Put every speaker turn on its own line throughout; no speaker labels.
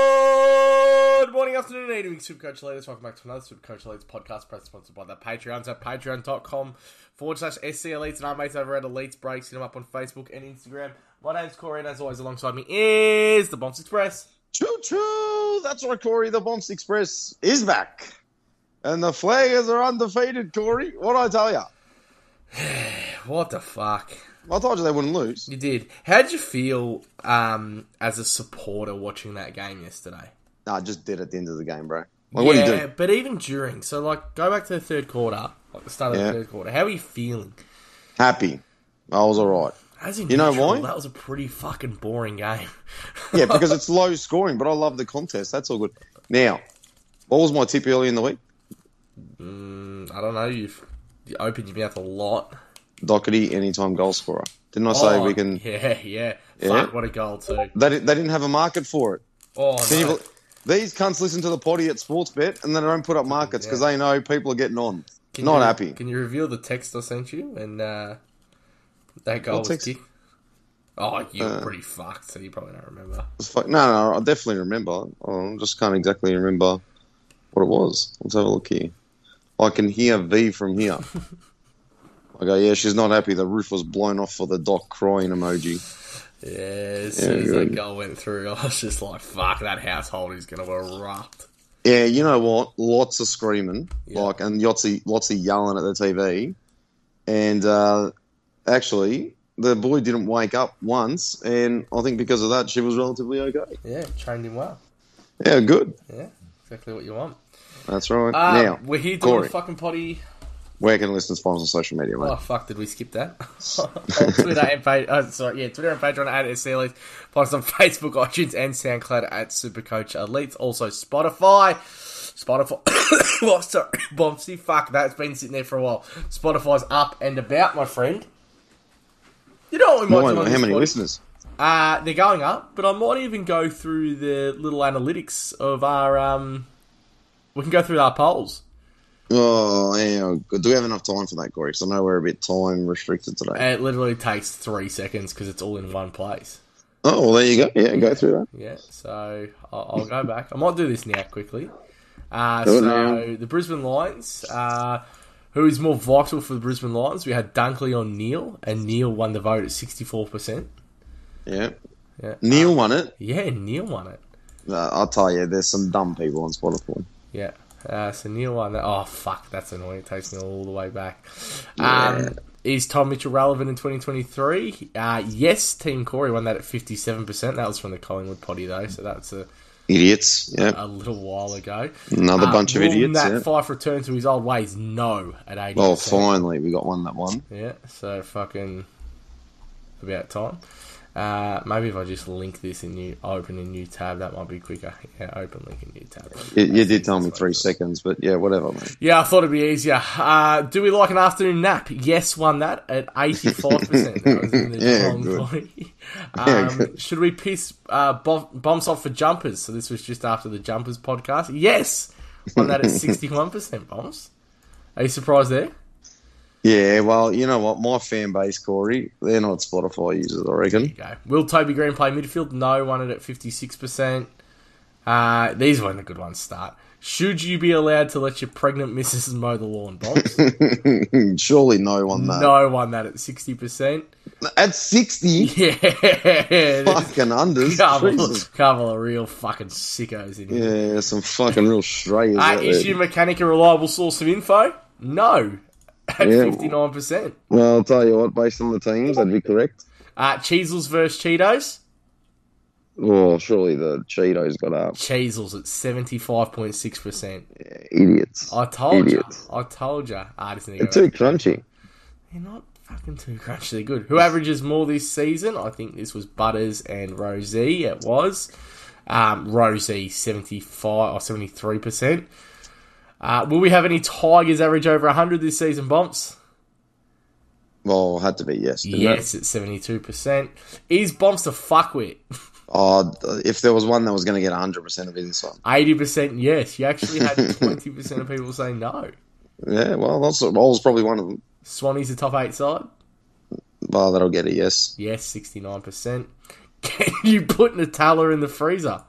Good morning, afternoon, evening, Supercoach Leaders. Welcome back to another Supercoach Leaders podcast, press sponsored by the Patreons at patreon.com forward slash SC Elites. And our mates over at Elites Breaks, hit them up on Facebook and Instagram. My name's Corey, and as always, alongside me is the Bombs Express.
Choo choo! That's right, Corey. The Bombs Express is back. And the Flaggers are undefeated, Corey. What I tell ya?
What the fuck?
I told you they wouldn't lose.
You did. How'd you feel um, as a supporter watching that game yesterday?
Nah, just did at the end of the game, bro. Like, what do you
yeah,
do?
but even during, so like, go back to the third quarter, like the start of
Yeah.
the third quarter. How are you feeling?
Happy. I was all right.
As in
You know
neutral,
why?
That was a pretty fucking boring game.
Yeah, because it's low scoring, but I love the contest. That's all good. Now, what was my tip early in the week?
Mm, I don't know. You've you opened your mouth a lot.
Doherty, anytime goal scorer. Didn't I say
Oh,
we can.
Yeah, yeah.
Yeah.
Fuck, what a goal too.
They, di- they didn't have a market for it.
Oh,
Can you
no.
bel- These cunts listen to the potty at Sportsbet and they don't put up markets because they know people are getting on.
Can
Not
you-
happy.
Can you reveal the text I sent you? And uh, that goal
What
was
text?
kicked. Oh, you're
Uh.
pretty fucked. So you probably don't remember.
It's fu- No, no, I definitely remember. I just can't exactly remember what it was. Let's have a look here. I can hear V from here. I go, yeah, she's not happy. The roof was blown off for the doc crying emoji.
Yeah, as soon as
Yeah,
that
good.
goal went through, I was just like, "Fuck, that household is gonna erupt."
Yeah, you know what? Lots of screaming,
Yeah.
like, and Yotzi, lots of yelling at the TV. And uh, actually, the boy didn't wake up once, and I think because of that, she was relatively okay.
Yeah, trained him well.
Yeah, good.
Yeah, exactly what you want.
That's right.
Uh,
now,
we're here doing
Corey.
fucking potty.
where can listeners find us on social media, mate?
Oh fuck! Did we skip that? Twitter and pa- oh, sorry, yeah, Twitter and Patreon at SCLeaks. Find us on Facebook, iTunes, and SoundCloud at Supercoach Elites. Also Spotify, Spotify. oh, sorry, Bombsy. Fuck, that's been sitting there for a while. Spotify's up and about, my friend. You know what we might
Why-
do on
how
this
many
one?
listeners?
Uh, they're going up, but I might even go through the little analytics of our. Um, we can go through our polls.
Oh, yeah. good. Do we have enough time for that, Corey? 'Cause I know we're a bit time restricted today.
It literally takes three seconds because it's all in one place.
oh, well, there you go. Yeah, go through that.
Yeah, so I'll, I'll go back. I might do this now quickly. Uh,
Do
so
it now.
the Brisbane Lions, uh, who is more vital for the Brisbane Lions? We had Dunkley on Neil, and Neil won the vote at sixty four percent.
Yeah.
Yeah,
Neil won it.
yeah, Neil won it.
Uh, I'll tell you, there's some dumb people on Spotify.
Yeah. Uh, so Neil won that. Oh fuck, that's annoying. It takes Neil all the way back.
Yeah.
Um, is Tom Mitchell relevant in twenty twenty three? Yes, Team Corey won that at fifty seven percent. That was from the Collingwood potty though, so that's a,
Idiots. Yeah.
a little while ago.
Another
Uh,
bunch of
will
idiots.
Matt
Yeah.
Fife return to his old ways? No, at 80.
Oh, finally, we got one that won.
Yeah, so fucking about time. Uh, maybe if I just link this in new, open a new tab, that might be quicker. Yeah, open link a new tab.
You, you did tell me three seconds, but yeah, whatever, mate.
Yeah, I thought it'd be easier. Uh, do we like an afternoon nap? Yes, won that at eighty-five percent. That was in the
Yeah,
wrong
good.
body.
Yeah,
Um,
good.
Should we piss uh, bom- bombs off for jumpers? So this was just after the jumpers podcast. Yes, won that at sixty-one percent. Bombs. Are you surprised there?
Yeah, well, you know what? My fan base, Corey, they're not Spotify users, I reckon.
Okay. Will Toby Green play midfield? No, won it at fifty-six percent. Uh, these weren't the good ones. to Start. Should you be allowed to let your pregnant missus mow the lawn, bombs?
Surely no one that.
no, won that at sixty percent.
At 60,
Yeah, there's
fucking unders.
a couple,
Jesus.
couple of real fucking sickos in here.
Yeah, some fucking real Australians.
Uh,
out
is
there.
your mechanic a reliable source of info? No, at
Yeah.
fifty nine percent.
Well, I'll tell you what, based on the teams, that'd be correct.
Uh Cheezels versus Cheetos.
Oh, surely the Cheetos got up.
Cheezels at seventy five point six percent.
Idiots.
I told you.
Idiots.
I told you. Ah, just need to
They're
go
too
back.
crunchy.
They're not fucking too crunchy. They're good. Who averages more this season? I think this was Butters and Rosie. It was. Um, Rosie, 75 or 73%. Uh, will we have any Tigers average over 100 this season, Bumps?
Well, had to be yes. didn't it?
Yes, at 72%. Is Bumps a fuckwit?
Oh, if there was one that was going to get 100% of insight.
80% yes. You actually had 20% of people say no.
Yeah, well, that's I was probably one of them.
Swanee's a top eight side?
Well, that'll get a yes.
Yes, 69%. Can you put Nutella in the freezer?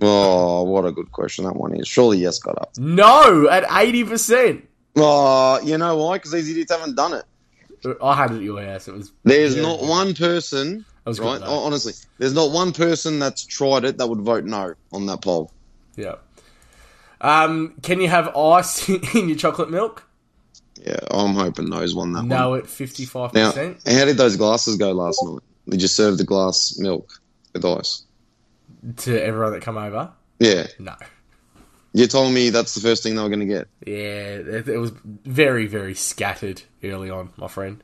Oh, what a good question that one is. Surely yes got up.
No, at eighty percent.
Oh, you know why? Because these idiots haven't done it.
I had it at your house. It was
There's
Yeah.
not one person,
That was good,
right?
though.
hon- Honestly, there's not one person that's tried it that would vote no on that poll.
yeah. Um, can you have ice in your chocolate milk?
Yeah, I'm hoping no's won that one.
No, at fifty five
Now,
percent.
how did those glasses go last night? Did you serve the glass milk with ice?
to everyone that come over?
Yeah,
No.
you told me that's the first thing they were going to get.
Yeah, it, it was very, very scattered early on, my friend.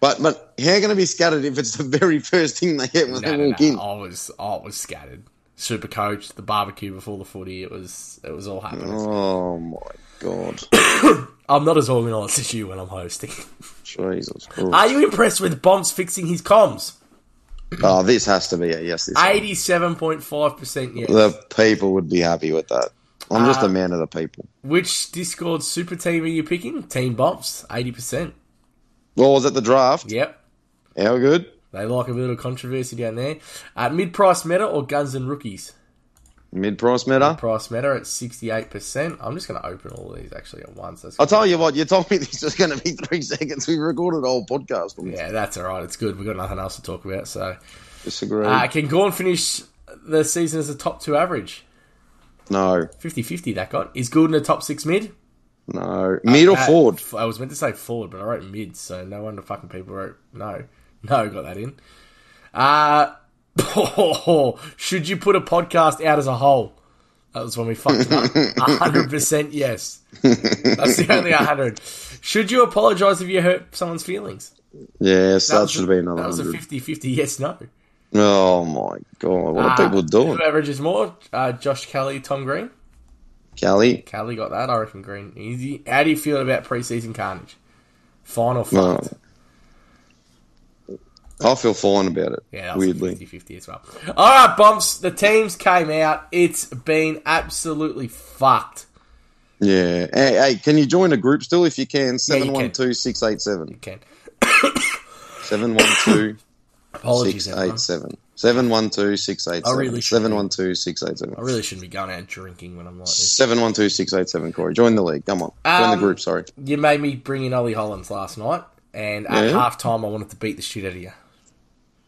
But but how going to be scattered if it's the very first thing they get when
No,
they
no,
walk in?
no. I was, I was scattered. Super coach, the barbecue before the footy. It was, it was all happening.
Oh my god,
I'm not as organised as you when I'm hosting.
Jesus Christ!
Are you impressed with Bombs fixing his comms?
oh, this has to be a yes. This one.
Eighty-seven point five percent yes.
the people would be happy with that. I'm just
Uh,
a man of the people.
Which Discord super team are you picking? Team Bombs, eighty percent.
Well, was at the draft.
Yep,
How good?
they like a little controversy down there. Uh, mid-price meta or Guns and Rookies?
Mid price meta.
Price meta at sixty-eight percent. I'm just going to open all these actually at once. That's
I'll tell you what, you told me this was going to be three seconds. We recorded a whole podcast on this.
yeah, that's all right. It's good. We've got nothing else to talk about. So,
Disagree.
uh, can Gorn finish the season as a top two average?
no,
50-50 that got. Is Gordon a top six mid?
no. Mid or
Uh,
forward?
f- I was meant to say forward, but I wrote mid, so no wonder fucking people wrote no. No, got that in. Uh, should you put a podcast out as a whole? That was when we fucked it up. 100% yes. That's the only 100. Should you apologise if you hurt someone's feelings?
Yes, that,
was
should
a-
be another
That was a
hundred.
50 50 yes no. Uh,
Oh my god,
Ah.
what are people doing?
Who averages more? Uh, Josh Kelly, Tom Green?
Kelly,
Kelly got that. I reckon Green easy. How do you feel about preseason carnage? Final
No.
fight.
I feel fine about it.
Yeah, that was
weirdly.
50 50 as well. All right, Bumps. The teams came out. It's been absolutely fucked.
Yeah. Hey, hey, can you join a group still if you can? Seven
you
one
can.
two six eight seven.
Ken.
Seven one two
Apologies,
six
everyone.
eight seven. Seven one two six eight
I
seven.
really should
Seven one two six eight seven.
I really shouldn't be going out drinking when I'm like this.
Seven one two six eight seven. Corey, join the league. Come on, join
Um,
the group. Sorry.
You made me bring in Ollie Hollins last night, and at
Yeah.
half time, I wanted to beat the shit out of you.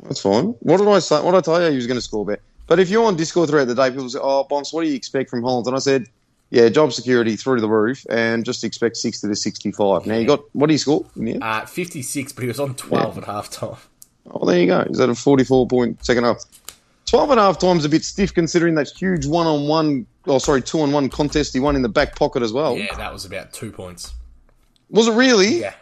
That's fine. What did I say? What did I tell you? He was going to score better. But if you're on Discord throughout the day, people say, "Oh, Bonds, what do you expect from Holland?" And I said, "Yeah, job security through the roof, and just expect sixty to sixty-five." Now you got what do you score? in the end?
Uh, 56, but he was on 12 at half time.
Oh, there you go. Is that a forty-four point second half? Twelve and a half times a bit stiff considering that huge one-on-one, oh sorry, two-on-one contest he won in the back pocket as well.
Yeah, that was about two points.
Was it really?
Yeah.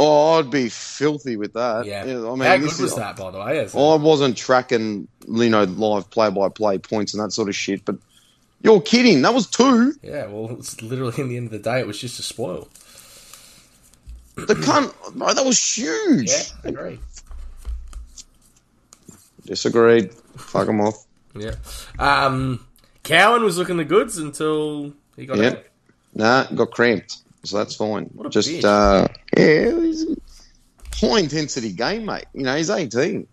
Oh, I'd be filthy with that.
Yeah.
I mean,
How
this
good
is- Oh.
was that, by the way? Yes.
I wasn't tracking, you know, live play by play points and that sort of shit, but you're kidding. That was two.
Yeah, well, it's literally in the end of the day, it was just a spoil.
The cunt, bro, that was huge.
Yeah, I agree.
Disagreed. Fuck them off.
Yeah. Um, Cowan was looking the goods until he got
Yep.
out.
Nah, got cramped. So that's fine.
What a
Just,
bitch.
uh, yeah, he's a high intensity game, mate. You know, he's 18.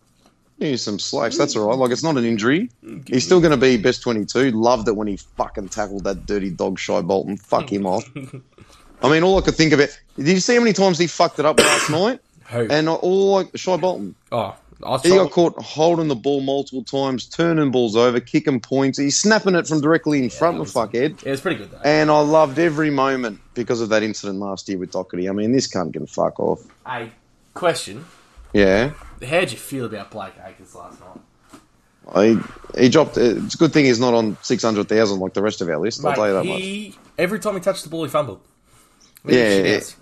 He's some slacks. That's all right. Like, it's not an injury.
Mm-hmm.
He's still going to be best 22. Loved it when he fucking tackled that dirty dog, Shy Bolton. Fuck him off. I mean, all I could think of it. Did you see how many times he fucked it up last night?
Who?
And all like Shy Bolton,
oh, I was
he
trying,
got caught holding the ball multiple times, turning balls over, kicking points. He's snapping it from directly in front of fuckhead.
it was pretty good though.
And I loved every moment because of that incident last year with Doherty. I mean, this cunt can fuck off.
Hey, question:
Yeah,
How'd you feel about Blake Acres last night?
he he dropped. uh, It's a good thing he's not on six hundred thousand like the rest of our list. I'll tell you that
Mate,
much.
he every time he touched the ball, he fumbled.
Yeah,
Shit
yeah.
ass.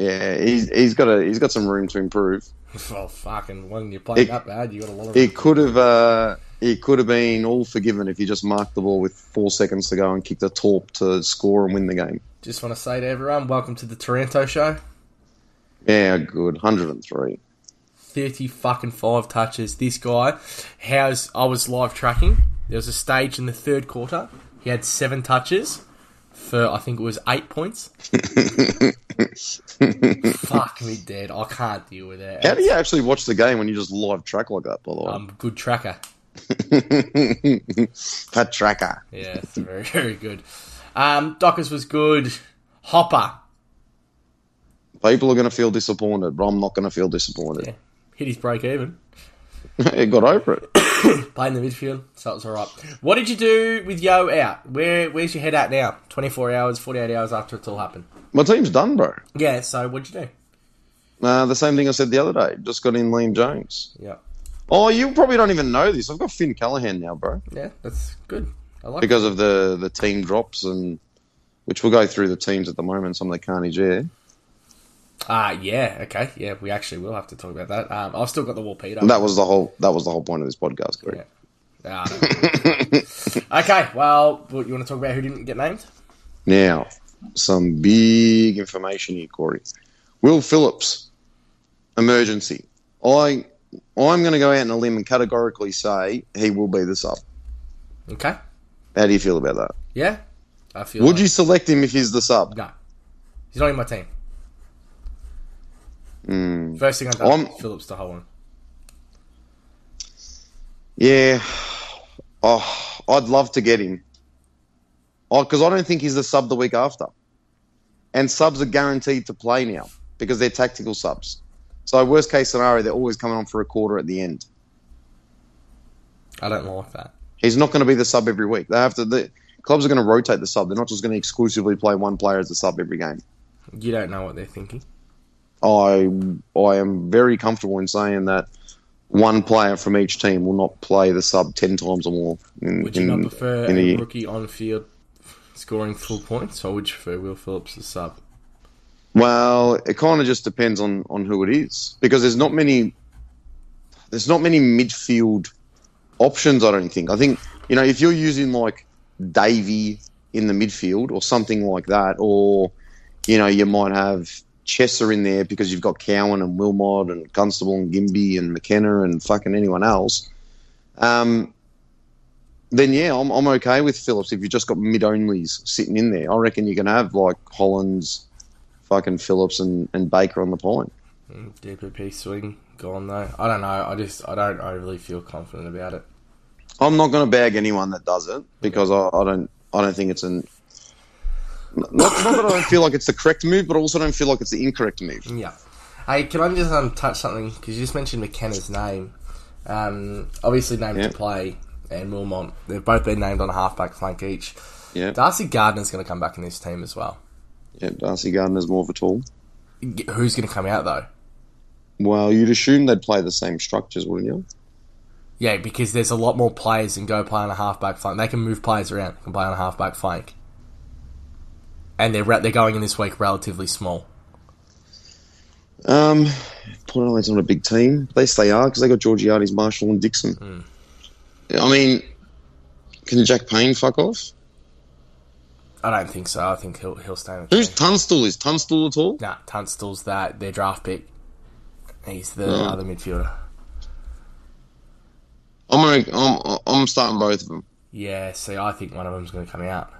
Yeah, he's he's got a he's got some room to improve.
Well, Oh, fucking when you're playing
It-
that bad, you got a lot of.
It could have uh, it could have been all forgiven if he just marked the ball with four seconds to go and kicked a torp to score and win the game.
Just want to say to everyone, welcome to the Toronto show.
Yeah, good. 103.
30 fucking five touches. This guy, how's I was live tracking. There was a stage in the third quarter. He had seven touches for I think it was eight points. Fuck me dead. I can't deal with
How
that.
do you actually watch the game when you just live track like that, by the way?
I'm a good tracker.
Patraka.
Yeah, it's very, very good. Um, Dockers was good. Hopper
People are going to feel disappointed, but I'm not going to feel disappointed.
hit his break even.
it got over it.
Played in the midfield, so it was all right. What did you do with Yo out? Where Where's your head at now? 24 hours, 48 hours after it's all happened.
My team's done, bro.
Yeah, so what'd you do?
Uh, the same thing I said the other day. Just got in Liam Jones.
Yeah.
Oh, you probably don't even know this. I've got Finn Callahan now, bro,
Yeah, that's good. I like it.
because of the the team drops and which we'll go through the teams at the moment. Some of the carnage there.
Ah, yeah, okay. Yeah, we actually will have to talk about that. Um, I've still got the Warpedo.
That was the whole. That was the whole point of this podcast, Greg.
Yeah. Ah, no. okay, well, what, you want to talk about who didn't get named?
Now, some big information here, Corey. Will Phillips, emergency. I I'm going to go out on a limb and categorically say he will be the sub.
Okay.
How do you feel about that?
Yeah? I feel
Would
like-
you select him if he's the sub?
No. He's not in my team.
Hmm.
First thing I've done,
I'm-
Phillips to hold on.
Yeah. Oh, I'd love to get him. Oh, because I don't think he's the sub the week after. And subs are guaranteed to play now because they're tactical subs. So worst case scenario, they're always coming on for a quarter at the end.
I don't like that.
He's not going to be the sub every week. They have to. The clubs are going to rotate the sub. They're not just going to exclusively play one player as the sub every game.
You don't know what they're thinking.
I I am very comfortable in saying that one player from each team will not play the sub ten times or more. In,
Would you
in-
not prefer
in a
a
year.
rookie on field scoring full points, or would you prefer Will Phillips as sub?
Well, it kind of just depends on on who it is because there's not many there's not many midfield options. I don't think. I think you know if you're using like Davy in the midfield or something like that, or you know you might have Chesser in there because you've got Cowan and Wilmot and Constable and Gimby and McKenna and fucking anyone else. Um, then yeah, I'm, I'm okay with Phillips if you've just got mid onlys sitting in there. I reckon you can have like Hollands fucking Phillips and, and Baker on the point.
Mm, DPP swing gone though. I don't know. I just I don't overly feel confident about it.
I'm not going to bag anyone that does it because I, I don't I don't think it's an not, not that I don't feel like it's the correct move, but I also don't feel like it's the incorrect move.
Yeah. Hey, can I just um, touch something? Because you just mentioned McKenna's name. Um, obviously named
Yeah.
to play, and Wilmont. They've both been named on a halfback flank each.
Yeah,
Darcy Gardner's going to come back in this team as well.
yeah. Darcy Gardner's more of a tool.
G- Who's going to come out though?
Well, you'd assume they'd play the same structures, wouldn't you?
Yeah, because there's a lot more players than go play on a halfback flank. They can move players around. They can play on a halfback flank, and they're re- they're going in this week relatively small.
Um, Port Adelaide's not a big team. At least they are because they got Georgiades, Marshall, and Dixon. I mean, can Jack Payne fuck off?
I don't think so. I think he'll he'll stay. In the
Who's Tunstall? Is Tunstall at all?
Nah, Tunstall's that their draft pick. He's the
Oh.
other midfielder.
I'm, gonna- I'm I'm starting both of them.
Yeah, see, I think one of them's going to come out.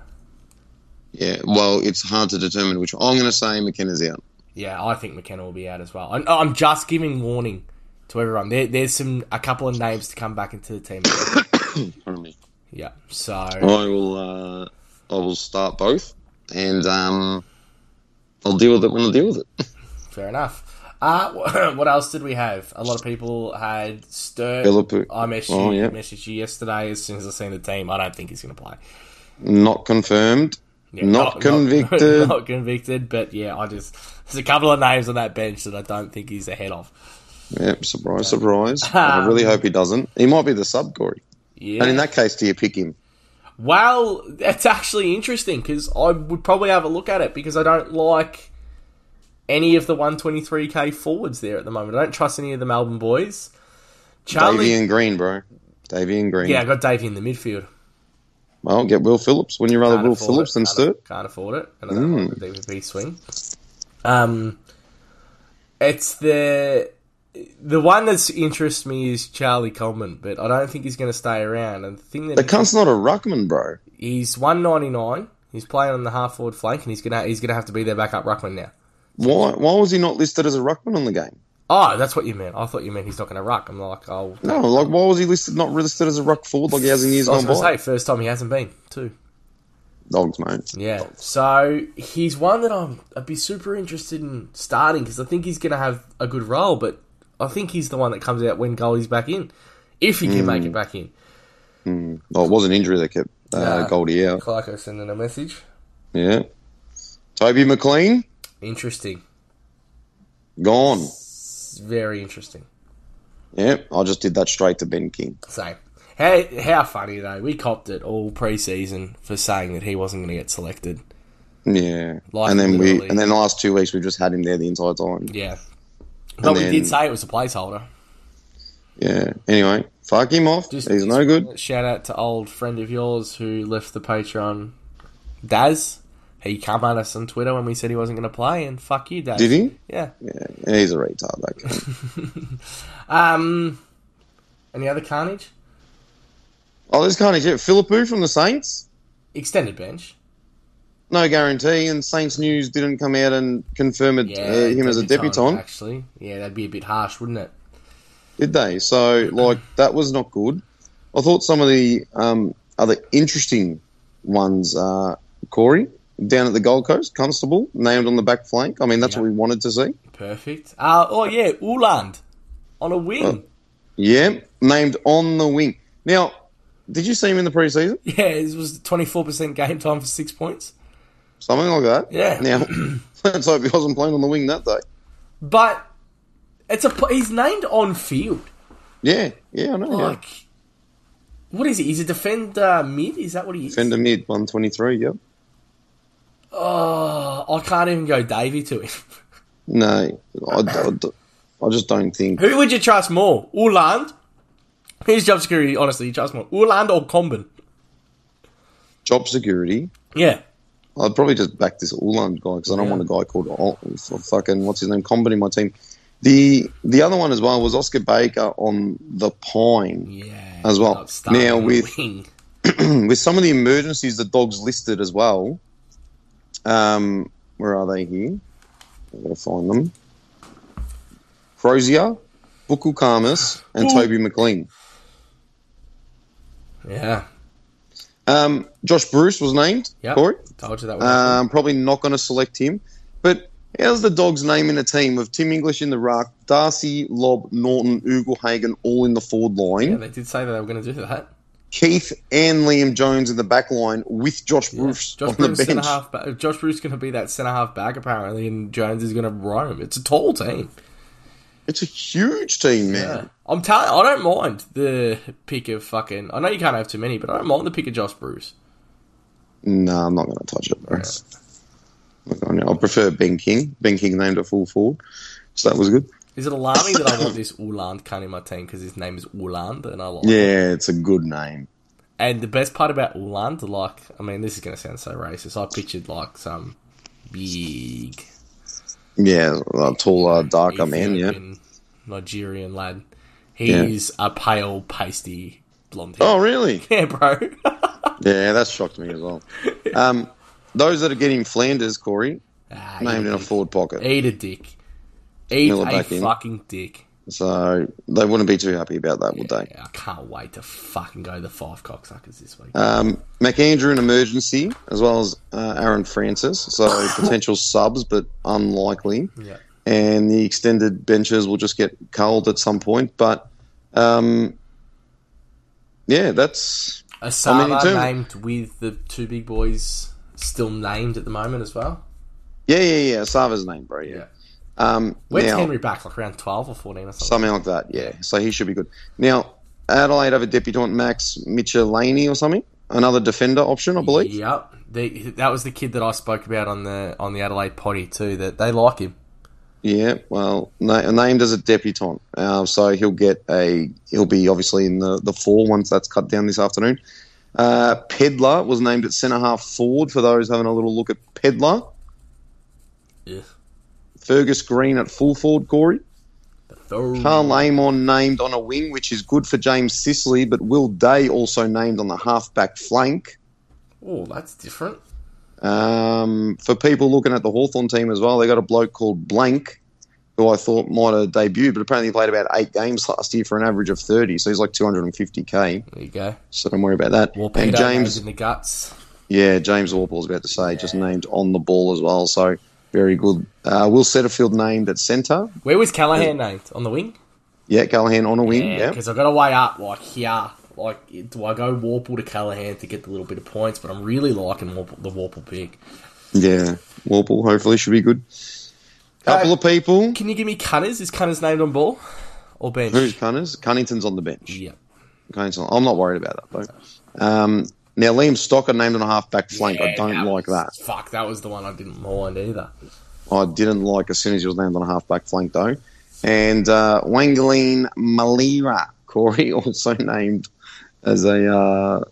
Yeah, well, it's hard to determine which. I'm going to say McKenna's out.
Yeah, I think McKenna will be out as well. I'm, I'm just giving warning to everyone. There, there's some a couple of names to come back into the team.
Pardon me.
yeah, so
I will. Uh, I will start both, and um, I'll deal with it when I deal with it.
fair enough. Uh, what else did we have? A lot of people had Sturt.
Philippou.
I messaged,
Oh,
you,
yeah.
messaged you yesterday as soon as I seen the team. I don't think he's going to play.
Not confirmed.
Yeah,
Not convicted.
Not, convicted, but yeah, I just there's a couple of names on that bench that I don't think he's ahead of.
Yep. Surprise, surprise. I really hope he doesn't. He might be the sub Corey.
Yeah.
And in that case, do you pick him?
well, that's actually interesting because I would probably have a look at it because I don't like any of the 123k forwards there at the moment. I don't trust any of the Melbourne boys.
Davy
Charlie,
and Green, bro. Davy and Green.
yeah, I got Davey in the midfield.
Well, get Will Phillips. Wouldn't you rather
Can't
Will
afford
Phillips
it.
than
Can't-
Sturt? Hmm.
Can't afford it. And I don't like the DVP swing. Um, it's the the one that's interests me is Charlie Coleman, but I don't think he's going to stay around. And the thing that
The cunt's not a ruckman, bro.
he's one ninety nine. He's playing on the half forward flank, and he's gonna he's gonna have to be their backup ruckman now.
Why? Why was he not listed as a ruckman on the game?
Oh, that's what you meant. I thought you meant he's not going to ruck. I'm like, oh,
No, like why was he listed not listed as a ruck forward like he has in years
I was
gone by?
going to say first time he hasn't been too.
Dogs, mate.
Yeah, so he's one that I'm I'd be super interested in starting because I think he's going to have a good role, but I think he's the one that comes out when goalie's back in, if he can make it back in.
Well, Oh, it was an injury that kept uh,
Nah.
Goldie out.
Clarko sending a message.
Yeah. Toby McLean
Interesting,
gone.
It's very interesting.
Yeah, I just did that straight to Ben King.
So how how funny though? We copped it all preseason for saying that he wasn't going to get selected.
Yeah,
Like,
and then
literally.
we and then the last two weeks we just had him there the entire time.
Yeah, but we
then-
did say it was a placeholder.
Yeah. Anyway, fuck him off.
Just-
He's no good.
Shout out to old friend of yours who left the Patreon, Daz. He come at us on Twitter when we said he wasn't going to play, and fuck you, Daz.
Did he?
Yeah.
Yeah, he's a retard. That guy.
Um. Any other carnage?
oh, this kind of shit. Philippou from the Saints.
Extended bench.
No guarantee. And Saints news didn't come out and confirm it,
Yeah,
uh, him as a debutant,
Actually, yeah, that'd be a bit harsh, wouldn't it?
did they? So like that was not good. I thought some of the um, other interesting ones. Uh, Corey down at the Gold Coast, Constable named on the back flank. I mean, that's
Yeah.
what we wanted to see.
Perfect. Uh, oh yeah, Uland on a wing.
Oh. Yeah, named on the wing. Now, did you see him in the preseason?
Yeah, it was twenty four percent game time for six points.
Something like that.
Yeah.
Now, let's hope he wasn't playing on the wing that day.
But it's a pl- he's named on field.
Yeah, yeah, I know. yeah.
Like, what is he? He's a defender mid. Is that what he is?
Fender mid 123, yep.
Oh, I can't even go Davy to him.
No, I, I, I just don't think.
Who would you trust more, Uland? Who's job security? Honestly, you trust more Uland or Combin?
Job security.
Yeah,
I'd probably just back this Ulan guy because I don't
Yeah.
want a guy called Ol- f- fucking, what's his name, Combat in my team. The the other one as well was Oscar Baker on the Pine.
yeah,
As well.
not starting
Now
on the
with-
wing. Mm.
with some of the emergencies the dogs listed as well. Um, where are they here? I'm going to find them. Crozier, Buku Karmas, and
Ooh.
Toby McLean.
yeah,
Um, Josh Bruce was named.
Yep.
Corey.
told you that. One.
Um, probably not going to select him. But how's the dogs name in a team of Tim English in the ruck, Darcy, Lob, Norton, Ugelhagen all in the forward line,
yeah, they did say that they were going to do that.
Keith and Liam Jones in the back line with Josh
Yeah.
Bruce
Josh
on
Bruce
the
centre
bench.
half. Ba- Josh Bruce is going to be that centre half back apparently, and Jones is going to roam. It's a tall team.
It's a huge team, man.
Yeah. I'm telling. I don't mind the pick of fucking. I know you can't have too many, but I don't mind the pick of Josh Bruce.
No, I'm not going to touch it. Bro. Look, I know- I prefer Ben King. Ben King named it full forward, so that was good.
Is it alarming that I want this Uland cunt in my team because his name is Uland and I like? it?
Yeah, it's a good name.
And the best part about Uland, like, I mean, this is going to sound so racist. I pictured like some big
Yeah, a taller, darker man. Yeah.
Ethiopian, Nigerian lad. He's a pale, pasty blonde. Hair.
Oh, really?
yeah, bro.
Yeah, that shocked me as well. Um, those that are getting Flanders, Corey,
Ah,
named in a forward pocket,
Eat a dick. Eat
Miller
a
back in.
fucking dick.
so they wouldn't be too happy about that, would they?
Yeah, I can't wait to fucking go to the five cocksuckers this week.
Um, McAndrew in emergency, as well as uh, Aaron Francis, so potential subs, but unlikely.
yeah.
and the extended benches will just get culled at some point. But um, yeah, that's
Asava
in terms-
named with the two big boys still named at the moment as well.
yeah, yeah, yeah. Sava's name, bro. Yeah. Um,
When's
now
Henry back? Like around 12 or 14 or something?
something like that. Yeah. So he should be good. Now Adelaide have a debutant, Max Michelini or something, another defender option, I believe.
Yep. They, that was the kid that I spoke about on the on the Adelaide potty too, that they like him.
Yeah, well, na- named as a debutant, uh, so he'll get a he'll be obviously in the the fall once that's cut down this afternoon. Uh, Pedler was named at centre half forward for those having a little look at Pedler.
Yeah.
Fergus Green at full forward, Corey.
Thorough.
Carl Amon named on a wing, which is good for James Sicily, but Will Day also named on the halfback flank.
Oh, that's different.
Um, for people looking at the Hawthorn team as well, they got a bloke called Blank who I thought might have debuted, but apparently he played about eight games last year for an average of 30, so he's like 250k.
There you go.
So don't worry about that.
Warpedo
and
James
James,
in the guts.
yeah, James Warple's about to say, just named on the ball as well. So very good. Uh, Will Setterfield named at centre.
Where was Callahan named on the wing?
Yeah, Callahan on a wing. Yeah,
because I've got to weigh up like here. Like, do I go Warple to Callahan to get the little bit of points? But I'm really liking Warple, the Warple pick.
yeah. Warple hopefully should be good. Couple of people.
Can you give me Cunners? Is Cunners named on ball or bench?
Who's Cunners? Cunnington's on the bench.
yeah,
Cunnington. I'm not worried about that though. Um, now Liam Stocker named on a half back flank. I
Yeah,
don't like
was-
that.
Fuck, that was the one I didn't mind either.
I didn't like as soon as he was named on a half back flank though. And uh, Wangaline Malira Corey also named as a uh,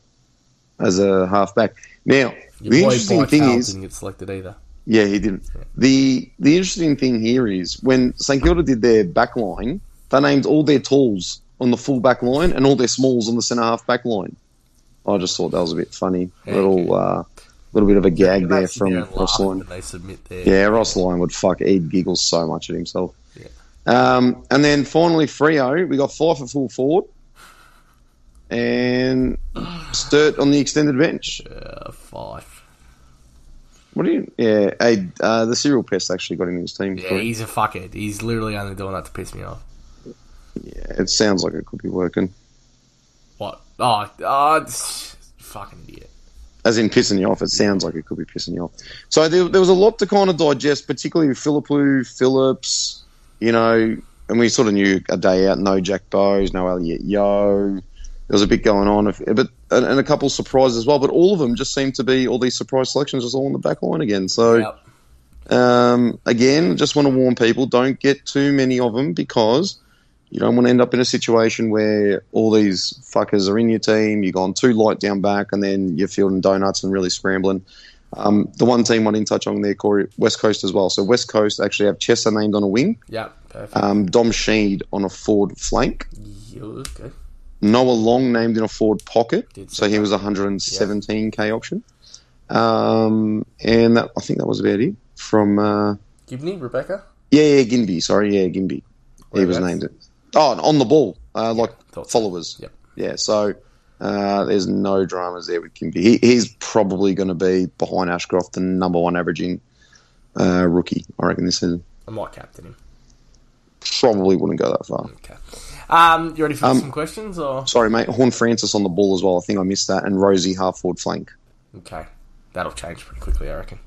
as a half back. Now
Your
the
boy
interesting
Blythe
thing
Howell
is
didn't get selected either.
Yeah, he didn't. The the interesting thing here is when St Kilda did their back line, they named all their talls on the full back line and all their smalls on the centre half back line. I just thought that was a bit funny. Little uh, little bit of a gag
They
there
sit there
from
and laugh
Ross Lyon.
when they submit their
Yeah, Ross Lyon would fuck Ed giggles so much at himself.
Yeah.
Um, and then finally Frio, we got five for full forward. And Sturt on the extended bench.
uh, five.
What do you? Yeah, hey, uh, the serial pest actually got him in his team.
Yeah,
Corey.
he's a fuckhead. He's literally only doing that to piss me off.
It sounds like it could be working.
What? Oh, oh it's- fucking idiot.
As in pissing you off, it sounds like it could be pissing you off. So there, there was a lot to kind of digest, particularly with Philippou, Phillips, you know, and we sort of knew a day out, no Jack Bowes, no Elliot Yo. There was a bit going on, if- but and, and a couple surprises as well. But all of them just seemed to be all these surprise selections just all on the back line again. So
Yep.
um, again, just want to warn people: don't get too many of them because you don't want to end up in a situation where all these fuckers are in your team. You've gone too light down back, and then you're fielding donuts and really scrambling. Um, the one team I didn't touch on there, Corey, West Coast as well. So West Coast actually have Chester named on a wing,
Yep. Perfect.
um, Dom Sheed on a forward flank,
Yeah, okay.
Noah Long named in a forward pocket,
Did
so
see
he was a 117k option. Um, and that, I think that was about it from. Uh,
Gibney, Rebecca.
yeah, yeah, Gimby. Sorry, yeah, Gimby. He was
Whereabouts?
named it. Oh, and on the ball, uh, like
thought so.
followers.
Yep.
Yeah, so uh, there's no dramas there with Gimby. He, he's probably going to be behind Ashcroft, the number one averaging uh, rookie. I reckon this is
I might captain him.
probably wouldn't go that far.
Okay. Um, you ready for
Um,
some questions or?
Sorry, mate. Horn Francis on the ball as well. I think I missed that. And Rosie half forward flank.
Okay. That'll change pretty quickly, I reckon.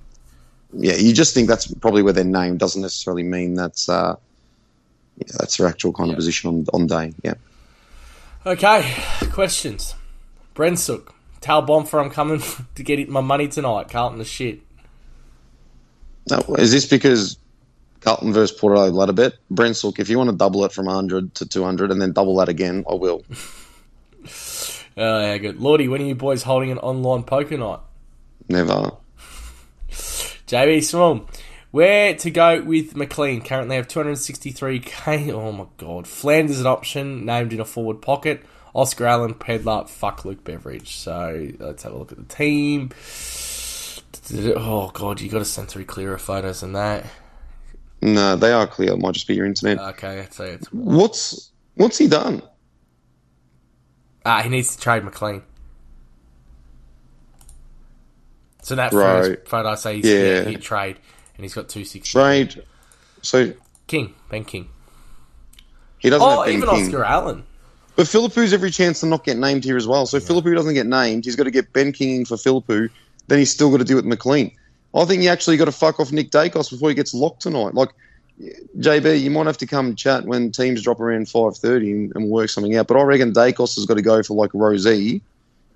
Yeah, you just think that's probably where they're named. Doesn't necessarily mean that's uh, yeah, that's their actual kind of position on on day. Yeah.
Okay. Questions. Brensuk, tell Bonfer I'm coming to get my money tonight. Carlton the shit.
No, is this because Carlton versus Porto led a bit? Brensuk, if you want to double it from 100 to 200 and then double that again, I will.
Oh, yeah, good. Lordy, when are you boys holding an online poker night?
Never.
JB Small. Where to go with McLean? Currently have 263k. Oh my god. Flanders an option, named in a forward pocket. Oscar Allen, Pedlar, fuck Luke Beveridge. So let's have a look at the team. Oh god, you got to send through clearer photos than that.
No, they are clear. It might just be your internet.
Okay, so it's
What's what's he done?
ah, he needs to trade McLean. So that
Right.
first photo I say he's
Yeah.
yeah. hit trade, and he's got two sixty.
Trade. So
King, Ben King.
he doesn't
Oh,
have Ben
even
King.
Oscar Allen.
But Philippou's every chance to not get named here as well. So if Philippou doesn't get named, he's got to get Ben King in for Philippou. Then he's still got to deal with McLean. I think you actually got to fuck off Nick Dacos before he gets locked tonight. Like, JB, you might have to come chat when teams drop around 5.30 and, and work something out. But I reckon Dacos has got to go for, like, Rosie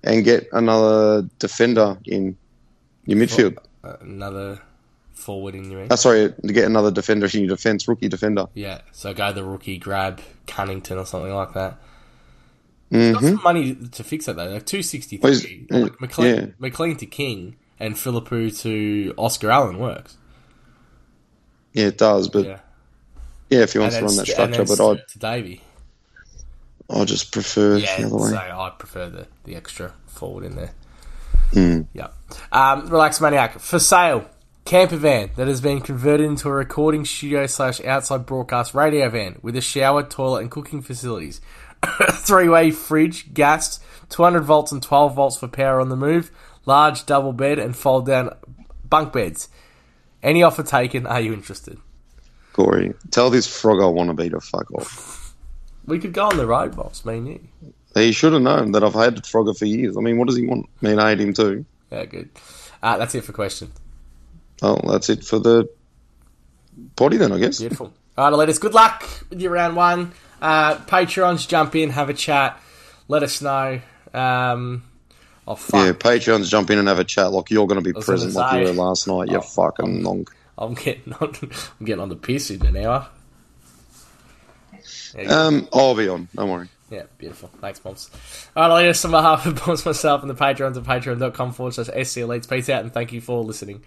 and get another defender in your midfield.
Uh, another forward in your end.
Uh, sorry, to get another defender in your defence, rookie defender.
Yeah, so go the rookie, grab Cunnington or something like that. He's got some money to fix that though, like two sixty
Mm-hmm. Well, he's- mm,
three.
yeah.
McLean, McLean to King and Philippou to Oscar Allen works.
Yeah, it does. But, yeah,
Yeah,
if he wants to run that
St- and
structure. But
Stewart
I
to Davy.
I just prefer
Yeah,
the other
so
way.
I prefer the, the extra forward in there. Yeah. Um, relax, maniac for sale. camper van that has been converted into a recording studio slash outside broadcast radio van with a shower, toilet, and cooking facilities. Three way fridge, gas, 200 volts and 12 volts for power on the move, large double bed, and fold down bunk beds. Any offer taken, are you interested?
Corey, tell this frog I want to be to fuck off.
We could go on the road, boss, me and you.
He should have known that I've hated Frogger for years. I mean, what does he want? I mean, I hate him too.
Yeah, good. Uh, that's it for questions.
Oh, that's it for the potty then, I guess.
Beautiful. All right, us. good luck with your round one. Uh, Patreons, jump in, have a chat, let us know. Um, oh,
Yeah,
fuck.
Patreons jump in and have a chat like you're going to be
was
present
gonna
like you
say.
were last night. You
Oh.
fucking nonk.
I'm getting on. I'm getting on the piss in an hour. There you go.
Um, I'll be on. Don't worry.
Yeah, beautiful. Thanks, Bombs. All right, us on behalf of Bombs, myself, and the Patreons at patreon.com forward slash SC Elites. Peace out, and thank you for listening.